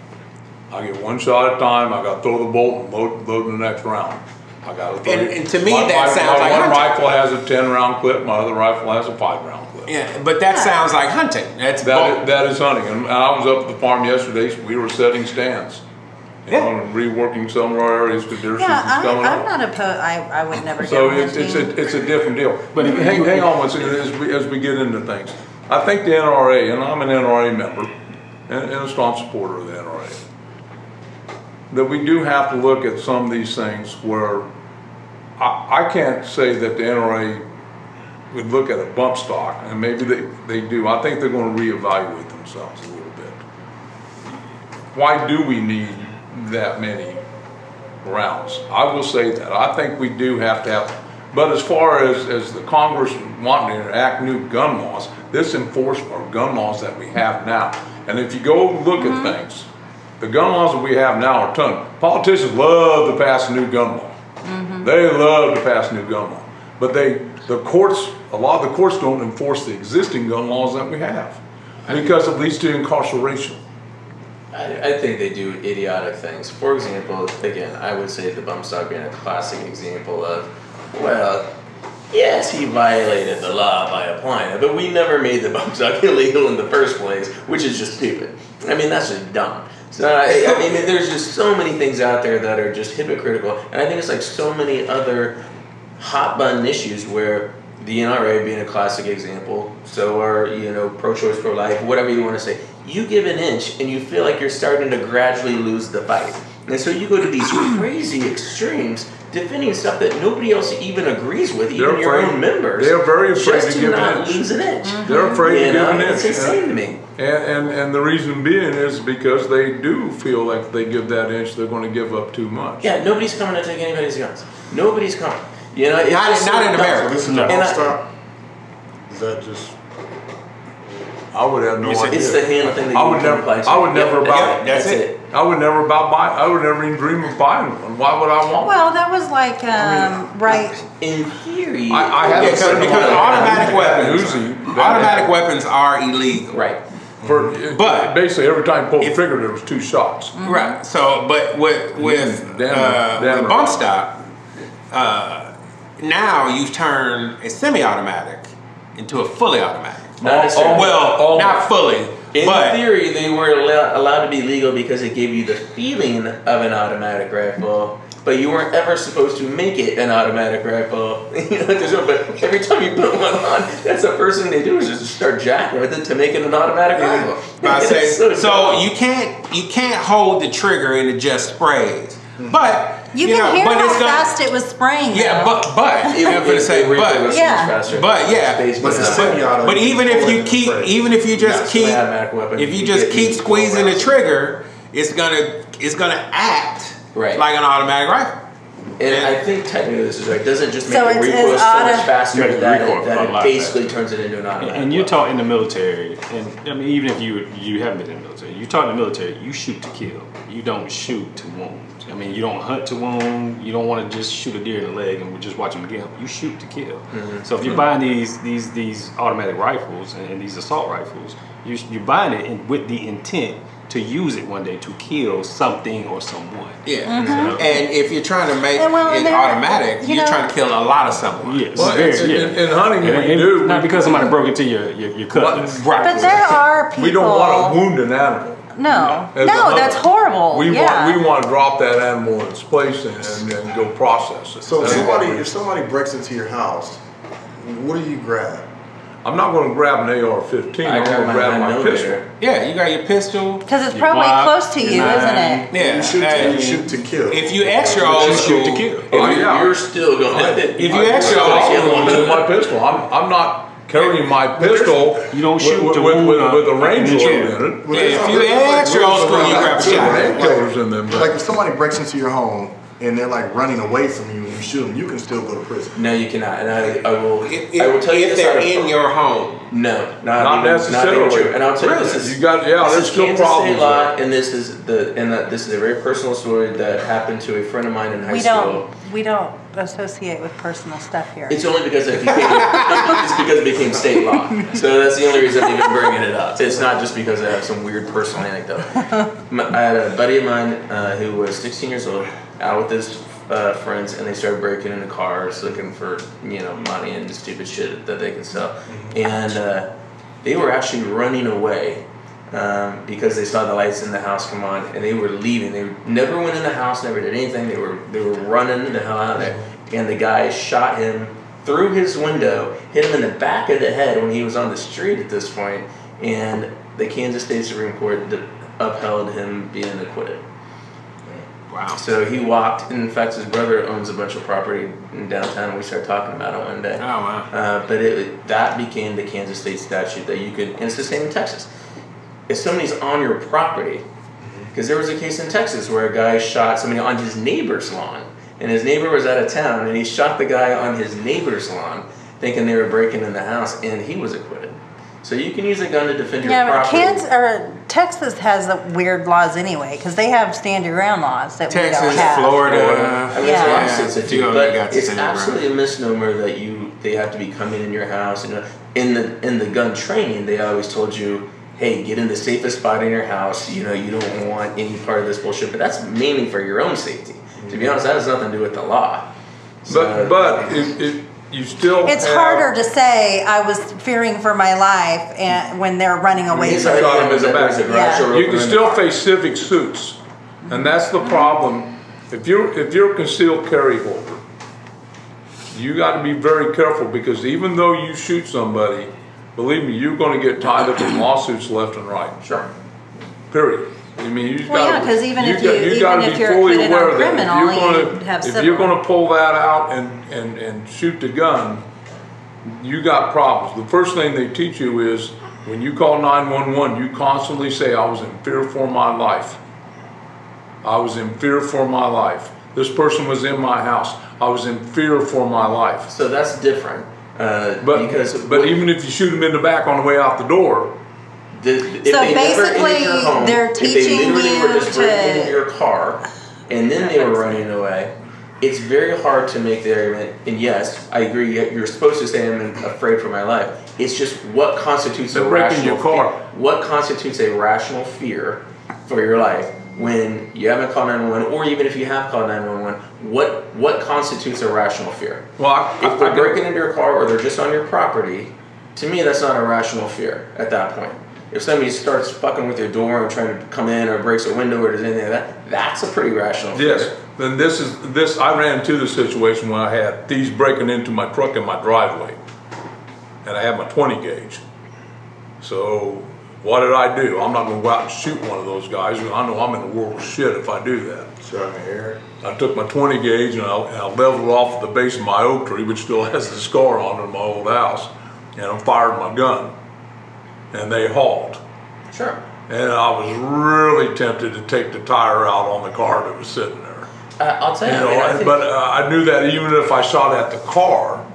I get one shot at a time. I got to throw the bolt and load, load the next round. I got to. And- and to me, that sounds like one hunting. rifle has a ten round clip. My other rifle has a five round clip. yeah, but that sounds like hunting. That's That bull- is, that is hunting. And I was up at the farm yesterday. We were setting stands. You Yeah. know, and reworking some of our areas because deer season's Yeah, I'm, coming I'm up. not opposed. I, I would never. So go it's, it's hunting. a, it's a different deal. But But if hang, you- hang on one second, as we, as we get into things. I think the NRA, and I'm an NRA member, and, and a staunch supporter of the NRA, that we do have to look at some of these things where I, I can't say that the NRA would look at a bump stock, and maybe they, they do. I think they're gonna reevaluate themselves a little bit. Why do we need that many rounds. I will say that. I think we do have to have, but as far as, as the Congress wanting to enact new gun laws, this enforce our gun laws that we have now. And if you go look at things, the gun laws that we have now are ton. Politicians love to pass a new gun law. They love to pass new gun law. But they, the courts, a lot of the courts don't enforce the existing gun laws that we have because it leads to incarceration. I, I think they do idiotic things. For example, again, I would say the bump stock being a classic example of, well, yes, he violated the law by applying it, but we never made the bump stock illegal in the first place, which is just stupid. I mean, that's just dumb. So I, I mean, there's just so many things out there that are just hypocritical, and I think it's like so many other hot button issues where the NRA being a classic example, so are, you know, pro choice, pro life, whatever you want to say. You give an inch and you feel like you're starting to gradually lose the fight. And so you go to these crazy extremes defending stuff that nobody else even agrees with, even They're your afraid- own members. they're very afraid just to to give an not inch. lose an inch. They're afraid You to give know, an inch. it's insane to me. And, and, and the reason being is because they do feel like if they give that inch, they're gonna give up too much. Yeah, nobody's coming to take anybody's guns. Nobody's coming. You know, it's Not- just so not in dumb. America. This is No. the And I- bump stock. Is that just? I would have no It's, it's idea. the handle thing that I you would can never- apply to. I would never buy it. That's, That's it. I would never about buy, I would never even dream of buying one. Why would I want? one? Well, that was like um, right. In theory, I, I have a because, certain because amount of- automatic I have an weapons, Uzi that- automatic weapons are illegal. right. For, But- basically, every time you pulled the If- trigger, there was two shots. Mm-hmm. Right. So, but with with Damn right, uh, damn the right. bump stock, uh, now you've turned a semi-automatic into a fully automatic. Not necessarily. well, all- not fully, In but theory, they were allow- allowed to be legal because it gave you the feeling of an automatic rifle, but you weren't ever supposed to make it an automatic rifle. You know, there's no- but every time you put one on, that's the first thing they do is just start jacking with it to make it an automatic rifle. But I It's say, so, dumb. you can't you can't hold the trigger and it just sprays. Mm-hmm. But You, can know, hear but how it's gonna- fast it was spraying. Yeah, though. but but It- I'm gonna it- say they were able to go but so much Yeah. faster. but yeah, Space but, was the not- semi-auto, but you can even if pull it you in the keep spray. even if you Not just some keep automatic weapon. if you You just get keep these full squeezing the rounds. trigger, it's gonna it's gonna act Right. like an automatic rifle. And I think technically this is right. Doesn't it just make So the it's- recoil it's so auto- much faster Makes that, the recoil it, that a it lot basically turns it into an And- automatic. And you're weapon. taught in the military, and I mean, even if you you haven't been in the military, you're taught in the military, you shoot to kill. You don't shoot to wound. I mean, you don't hunt to wound. You don't want to just shoot a deer in the leg and just watch him get him. You shoot to kill. So if you're buying these these these automatic rifles and, and these assault rifles, you, you're buying it in, with the intent to use it one day to kill something or someone. Yeah, and if you're trying to make Mm-hmm. And well, and it there- automatic, you you are know- trying to kill a lot of someone. Yes. Well, very, it's- yeah. in- in hunting, And- what you and do- not because somebody broke into your your, your cutlass. Right. But there are people. We don't want to wound an animal. No, As a no, hunter. that's horrible. We yeah. want, we want to drop that animal in its place and, and, and go process it. So That's if what somebody, we- if somebody breaks into your house, what do you grab? I'm not gonna grab an AR-15, I I'm grabbed gonna my grab nine my pistol. millimeter. Yeah, you got your pistol. Because it's You probably block, close to you you, nine. isn't it? Yeah, You shoot, and to, you shoot to kill. if you extra old You shoot to school- kill. Oh, If yeah. You're still going. If you actually I'm also gonna use my pistol, I'm, I'm not carrying my pistol. You don't with- shoot With, to with, wound with, with a a- range an load intruder. in it. if Well, there's you something like ask your rules old school, you around that grab a too, shotgun. right? Painkillers in them, but- Like if somebody breaks into your home and they're like running away from you and you shoot them, you can still go to prison. No, you cannot. And I, I will. If, I will tell you if this out they're of- in your home. No, not, Not even, Not even necessarily. true. And I'll tell you this is You got- yeah, This there's is still Kansas problems State law, and this is the and that this is a very personal story that happened to a friend of mine in high We school. don't, we don't associate with personal stuff here. It's only because it became it's because it became state law. So that's the only reason I'm even bringing it up. It's not just because I have some weird personal anecdote. My- I had a buddy of mine uh, who was 16 years old, out with his uh, friends, and they started breaking into cars looking for you know money and stupid shit that they could sell, and uh, they were actually running away. Um, because they saw the lights in the house come on, and they were leaving. They never went in the house, never did anything. They were they were running the hell out of there, and the guy shot him through his window, hit him in the back of the head when he was on the street at this point, and the Kansas State Supreme Court d- upheld him being acquitted. Wow. So he walked. In fact, his brother owns a bunch of property in downtown, and we started talking about it one day. Oh wow. Uh, but it, that became the Kansas state statute that you could, and it's the same in Texas. If somebody's on your property, because there was a case in Texas where a guy shot somebody on his neighbor's lawn, and his neighbor was out of town, and he shot the guy on his neighbor's lawn, thinking they were breaking in the house, and he was acquitted. So you can use a gun to defend your Yeah, but property. Kansas or Texas has the weird laws anyway because they have stand your ground laws that we Texas, don't have. Florida. I mean, there's Yeah. lots of stuff to You do, know, you got but it's Sandra. absolutely a misnomer that you they have to be coming in your house. You know, in the in the gun training, they always told you, "Hey, get in the safest spot in your house." You know, you don't want any part of this bullshit. But that's mainly for your own safety. To be honest, that has nothing to do with the law. So- But, but it, it, you still It's have- harder to say I was fearing for my life and when they're running away. He's from already you. shot him in the there back. was a garage Yeah. door You opener can in the still car. face civic suits, and that's the problem. If you're, if you're a concealed carry holder, you gotta be very careful, because even though you shoot somebody, believe me, you're gonna get tied up in lawsuits left and right, Sure. period. I mean, you Well, gotta. yeah, 'cause even got- if you- even gotta if be you're fully acquitted aware on of that. If criminal, you're gonna- you have If you're civil. gonna pull that out and, and, and shoot the gun, you got problems. The first thing they teach you is, when you call nine-one-one, you constantly say, I was in fear for my life. I was in fear for my life. This person was in my house. I was in fear for my life. So that's different. Uh, But, because but what- even if you shoot them in the back on the way out the door, The, if So they never basically, entered your home, they're if teaching they literally were you just breaking to- into your car and then they were running away, it's very hard to make the argument. And yes, I agree. yet You're supposed to say I'm afraid for my life. It's just what constitutes They're a breaking rational your car. fear- What constitutes a rational fear for your life when you haven't called 911, or even if you have called 911? What what constitutes a rational fear? well, I, I- If they're I- breaking into your car or they're just on your property, To me, that's not a rational fear at that point. If somebody starts fucking with your door and trying to come in or breaks a window or does anything like that, that's a pretty rational fear. Yes, then this is, this, I ran into this situation when I had thieves breaking into my truck in my driveway. And I had my twenty gauge. So what did I do? I'm not gonna go out and shoot one of those guys, because I know I'm in the world of shit if I do that. Trying to hear I took my twenty gauge and I, and I leveled off the base of my oak tree, which still has the scar on it in my old house, and I fired my gun. And they hauled. Sure. And I was really tempted to take the tire out on the car that was sitting there. Uh, I'll tell you. You I mean, I know, think- but uh, I knew that even if I shot at the car,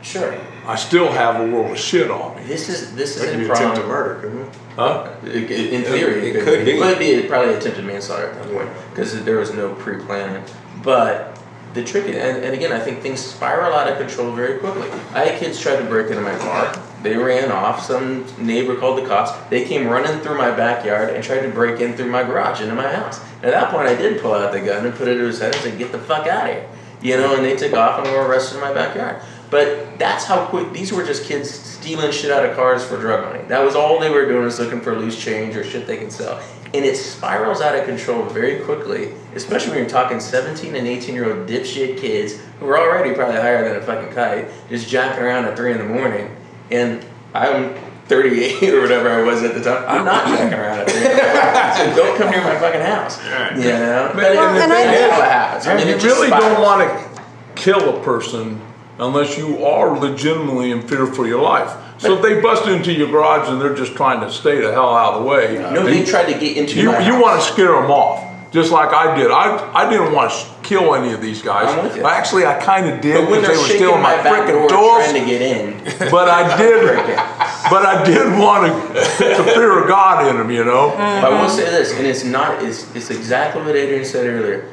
sure. I still have a world of shit on me. This is this it. That could is be a attempt to problem. murder, couldn't it? Huh? In in theory, It could be. It could be probably attempted manslaughter at that point because there was no pre-planning. But the trick, and, and again, I think things spiral out of control very quickly. I had kids tried to break into my car. They ran off. Some neighbor called the cops. They came running through my backyard and tried to break in through my garage into my house. At that point, I did pull out the gun and put it to his head and said, "Get the fuck out of here," you know. And they took off and were arrested in my backyard. But that's how quick these were just kids stealing shit out of cars for drug money. That was all they were doing was looking for loose change or shit they can sell. And it spirals out of control very quickly, especially when you're talking 17 and 18 year old dipshit kids who are already probably higher than a fucking kite, just jacking around at 3 in the morning. And I'm 38 or whatever I was at the time. I'm not jacking around at 3 in the morning. So don't come near my fucking house. Right. You know? But Well, it, and I it is think- what happens. I mean, you it just really don't spirals. want to kill a person unless you are legitimately in fear for your life. So if they bust into your garage and they're just trying to stay the hell out of the way, No, you- they tried to get into You, my you house. want to scare them off, just like I did. I, I didn't want to sh- kill any of these guys. I'm with you. Actually, I kind of did But when because they're they were shaking still in my, my back freaking door doors. trying to get in, But I did, break it. but I did want to put the fear of God in them, you know. I will say this, and it's not, it's, it's exactly what Adrian said earlier.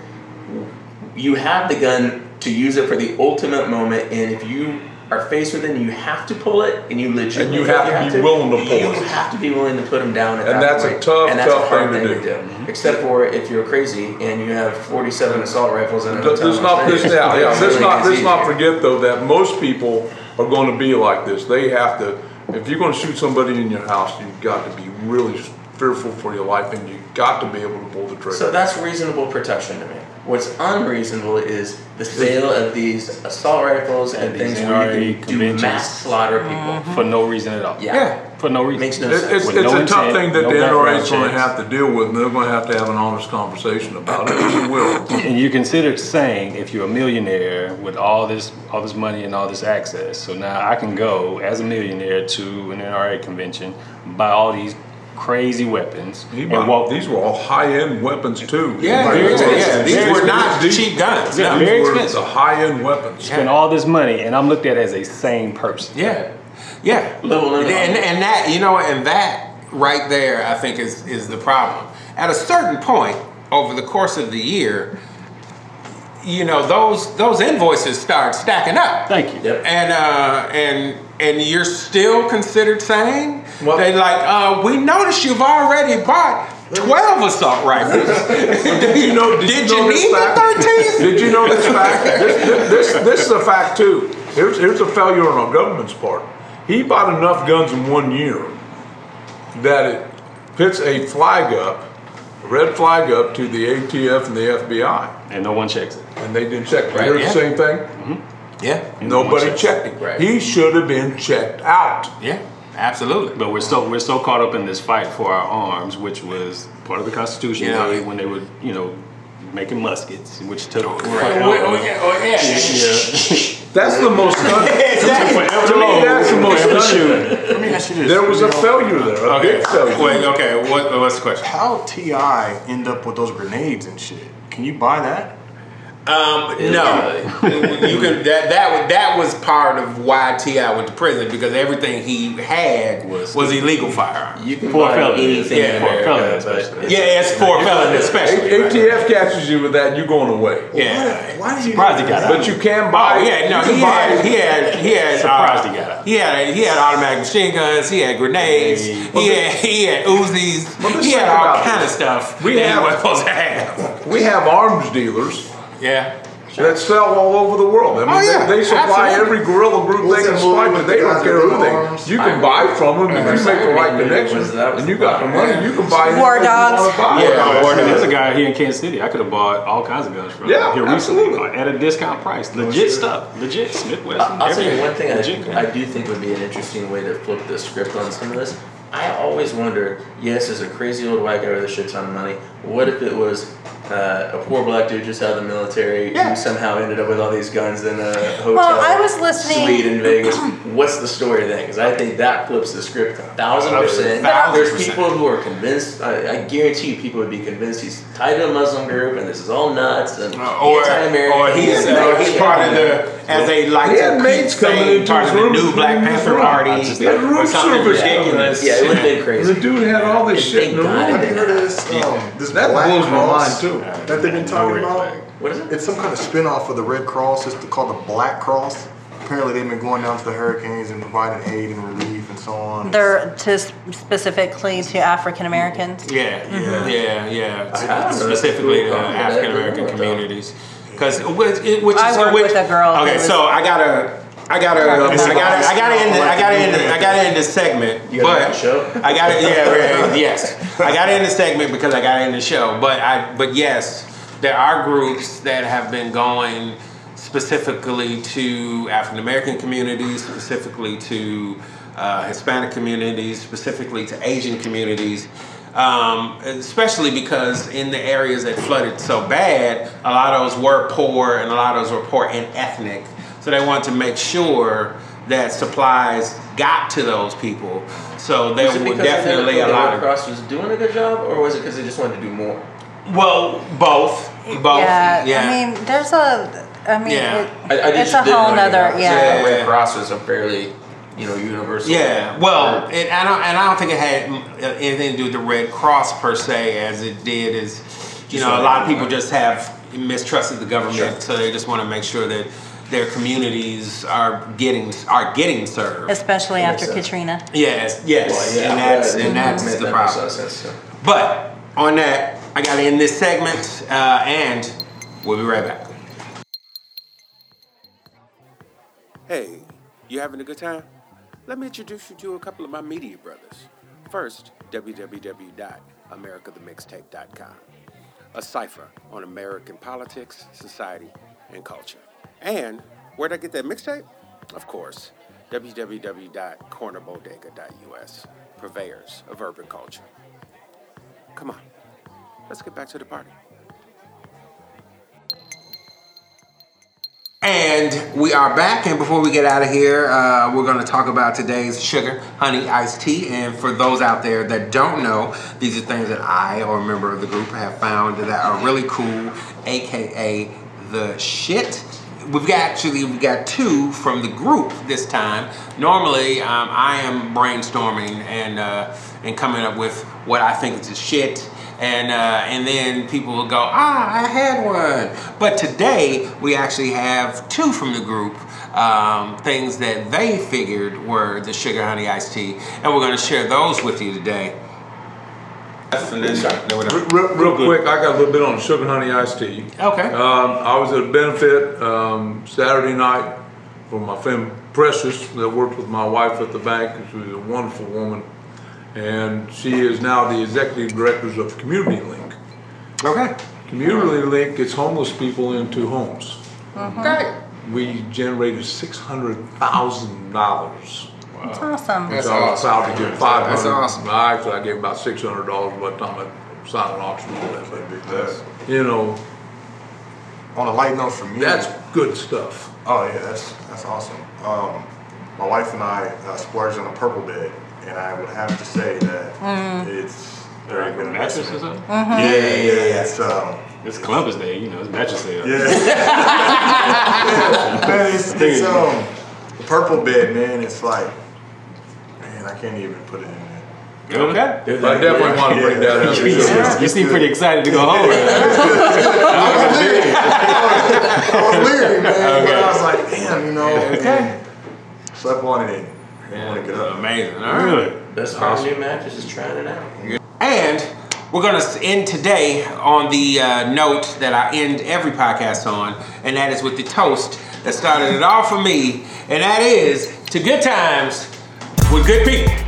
You have the gun to use it for the ultimate moment, and if you are faced with it, and you have to pull it, and you legit, And you have to be willing to pull you it. have to be willing to put them down. At And that that's a point. tough, and that's tough a hard thing to do. Except for if you're crazy and you have 47 assault rifles and a Let- hotel Let's in not, Las let's, Vegas, yeah, yeah, let's it's really not, gets let's not easier. forget though that most people are going to be like this. They have to, if you're going to shoot somebody in your house, you've got to be really fearful for your life, and you've got to be able to pull the trigger. So that's reasonable protection to me. What's unreasonable is the sale of these assault rifles and, And things these where you NRA can do mass conventions. slaughter people. for no reason at all. Yeah. For no reason. Makes no It- sense. It's, With it's no a tough thing intent, that no the NRA is background gonna checks. have to deal with, and they're gonna have to have an honest conversation about it, and they will. And you consider saying if you're a millionaire with all this all this money and all this access, so now I can go as a millionaire to an NRA convention, buy all these crazy weapons, He and bought- walk These were all high-end weapons too. Yeah, Like, they're these were- expensive. Yeah, these were not cheap guns. Yeah, No. very These were the expensive. high-end weapons. spend all this money, and I'm looked at as a sane person. Yeah, yeah. Little and, limit. and that you know, and that right there, I think is is the problem. At a certain point over the course of the year, you know those those invoices start stacking up. Thank you. Yep. And uh, and and you're still considered sane. Well- they like, uh, we noticed you've already bought twelve assault rifles. did you know- did you Did know you this need fact? the thirteenth? Did you know this fact? This, this, this- this is a fact too. Here's, here's a failure on our government's part. He bought enough guns in one year that it puts a flag up, a red flag up to the ATF and the FBI, And no one checks it. and they didn't check. Right, You heard yeah. the same thing? Yeah, Nobody checked. checked him. Right. He should have been checked out. yeah, absolutely. But we're so we're so caught up in this fight for our arms, which was part of the Constitution Yeah. right, when they were you know making muskets, which took Well, well, yeah, well, oh, yeah. That's the most. To me, that's the most stunning. Let me ask you this. There was a failure there, a Okay. big failure. Wait, okay. What, what's the question? How TI end up with those grenades and shit? Can you buy that? Um, no, you can. That that was that was part of why Ti went to prison because everything he had was, Was- illegal firearms. You can Poor buy fellas. anything Yeah, in poor America, fellas, but especially. it's- Yeah, it's for felon especially. A- ATF catches you with that, you're going away. Yeah. Why did you? Surprised he got out. But you can buy. Oh yeah, no, you can he buy- had, he had, he had. Surprised uh, he got out. He had, he had automatic machine guns. He had grenades. He had, he had Uzis. Well, let's he had think all about kind of this. stuff. We that he have- wasn't supposed to have. We have arms dealers Yeah. that sell all over the world. I mean, Oh, yeah, they, they supply absolutely. every guerrilla group they can Wilson supply, Blue but they don't with care who arms. they. You can buy from them if you make the right Was connections, that- and you got the money. You can buy anything War you dogs. wanna buy. Yeah, or yeah. there's a guy here in Kansas City. I could have bought all kinds of guns from Yeah, here recently absolutely. like, at a discount price. Legit stuff. Legit Smith Wesson. I'll tell you everything. one thing Legit gun. I, I do think would be an interesting way to flip the script on some of this. I always wonder, yes, there's a crazy old white guy with a shit ton of money. What if it was uh, a poor black dude just out of the military Yeah. who somehow ended up with all these guns in a hotel Well, I was listening- suite in Vegas? What's the story then? Because I think that flips the script a thousand percent. Thousand There's percent. people who are convinced. I, I guarantee you, people would be convinced he's tied to a Muslim group and this is all nuts and Uh, or anti-American. or he's, and uh, all he's shit. part of the as they like He had to keep maids coming saying into part his of the room new to Black clean his Panther room. party He had room or something service. ridiculous. Yeah, it would have been And crazy. the dude had all this If shit in they the room. got it, Have you heard of this, um, this That Black blows my mind Cross too. that they've been No talking red about? flag. What is it? It's some kind of spin-off of the Red Cross. It's called the Black Cross. Apparently, they've been going down to the hurricanes and providing aid and relief and so on. They're to s- specifically to African Americans. Yeah, yeah, yeah. I don't know. Specifically uh, the That's cool. African American Yeah. communities, because which, it- which I is worked which, with a girl who Okay, was- so I gotta. I gotta, I gotta, I gotta, I gotta end, the- I gotta end, the- I gotta end this segment, You gotta end but the show? I gotta, yeah, right, yes, I gotta end the segment because I gotta end the show. But I, but yes, there are groups that have been going specifically to African American communities, specifically to uh, Hispanic communities, specifically to Asian communities. Um, especially because in the areas that flooded so bad, a lot of those were poor and a lot of those were poor and ethnic. So they wanted to make sure that supplies got to those people. So there Was it were because definitely they a thought lot Red of Cross was doing a good job, or was it because they just wanted to do more? well, both, both, Yeah, Oh, yeah. I mean, there's a, I mean, Yeah. it- I, I it's just a didn't whole know, you know, nother, so yeah. the Yeah. Red Cross is a fairly, you know, universal. Yeah, well, it, I don't, and I don't think it had mm, uh, anything to do with the Red Cross per se, as it did is, you Just know, a like lot of people everyone. just have mistrusted the government, Sure. so they just want to make sure that their communities are getting are getting served. Especially That makes after sense. Katrina. yes, yes, Well, yeah, and that's yeah, and yeah, that's that the makes a lot problem. of sense, so. But on that, I got to end this segment, uh, and we'll be right back. Hey, you having a good time? Let me introduce you to a couple of my media brothers. First, www.americathemixtape.com, a cipher on American politics, society, and culture. And where'd I get that mixtape? Of course, www.cornerbodega.us, purveyors of urban culture. Come on, let's get back to the party. And we are back, and before we get out of here, uh, we're going to talk about today's sugar, honey, iced tea. And for those out there that don't know, these are things that I or a member of the group have found that are really cool, aka the shit. We've got actually we got two from the group this time. Normally, um, I am brainstorming and uh, and coming up with what I think is the shit and uh, and then people will go, ah, I had one. But today we actually have two from the group um, things that they figured were the sugar honey iced tea, and we're going to share those with you today. And then- then we're done. Real, real quick, I got a little bit on sugar honey iced tea. Okay. Um, I was at a benefit um, Saturday night for my friend Precious that worked with my wife at the bank. and She was a wonderful woman, and she is now the executive directors of Community Link. Okay. Community Link gets homeless people into homes. Okay. We generated six hundred thousand dollars. It's Oh. awesome. That's So I was awesome. proud to give five hundred. That's awesome. Actually, I gave about six hundred dollars by the time I signed an auction for that, but, you know, on a light note from you. that's good stuff. Oh yeah, that's that's awesome. Um, my wife and I uh, splurged on a purple bed, and I would have to say that it's very good Mattress or investment. something? Yeah, yeah, yeah. yeah. It's um, It's Columbus Day, you know, it's mattress sale. yeah. Man, it's, it's um, the purple bed, man. It's like, man, I can't even put it in there. Okay. I definitely want to bring that up. You seem- You seem pretty excited to go home. I was leery. I was leery, man. But I was like, damn, you know. Okay. Slept on it. Didn't want to get up. Amazing. All right. Best part of new mattress is trying it out. And We're going to end today on the uh, note that I end every podcast on, and that is with the toast that started it all for me, and that is to good times with good people.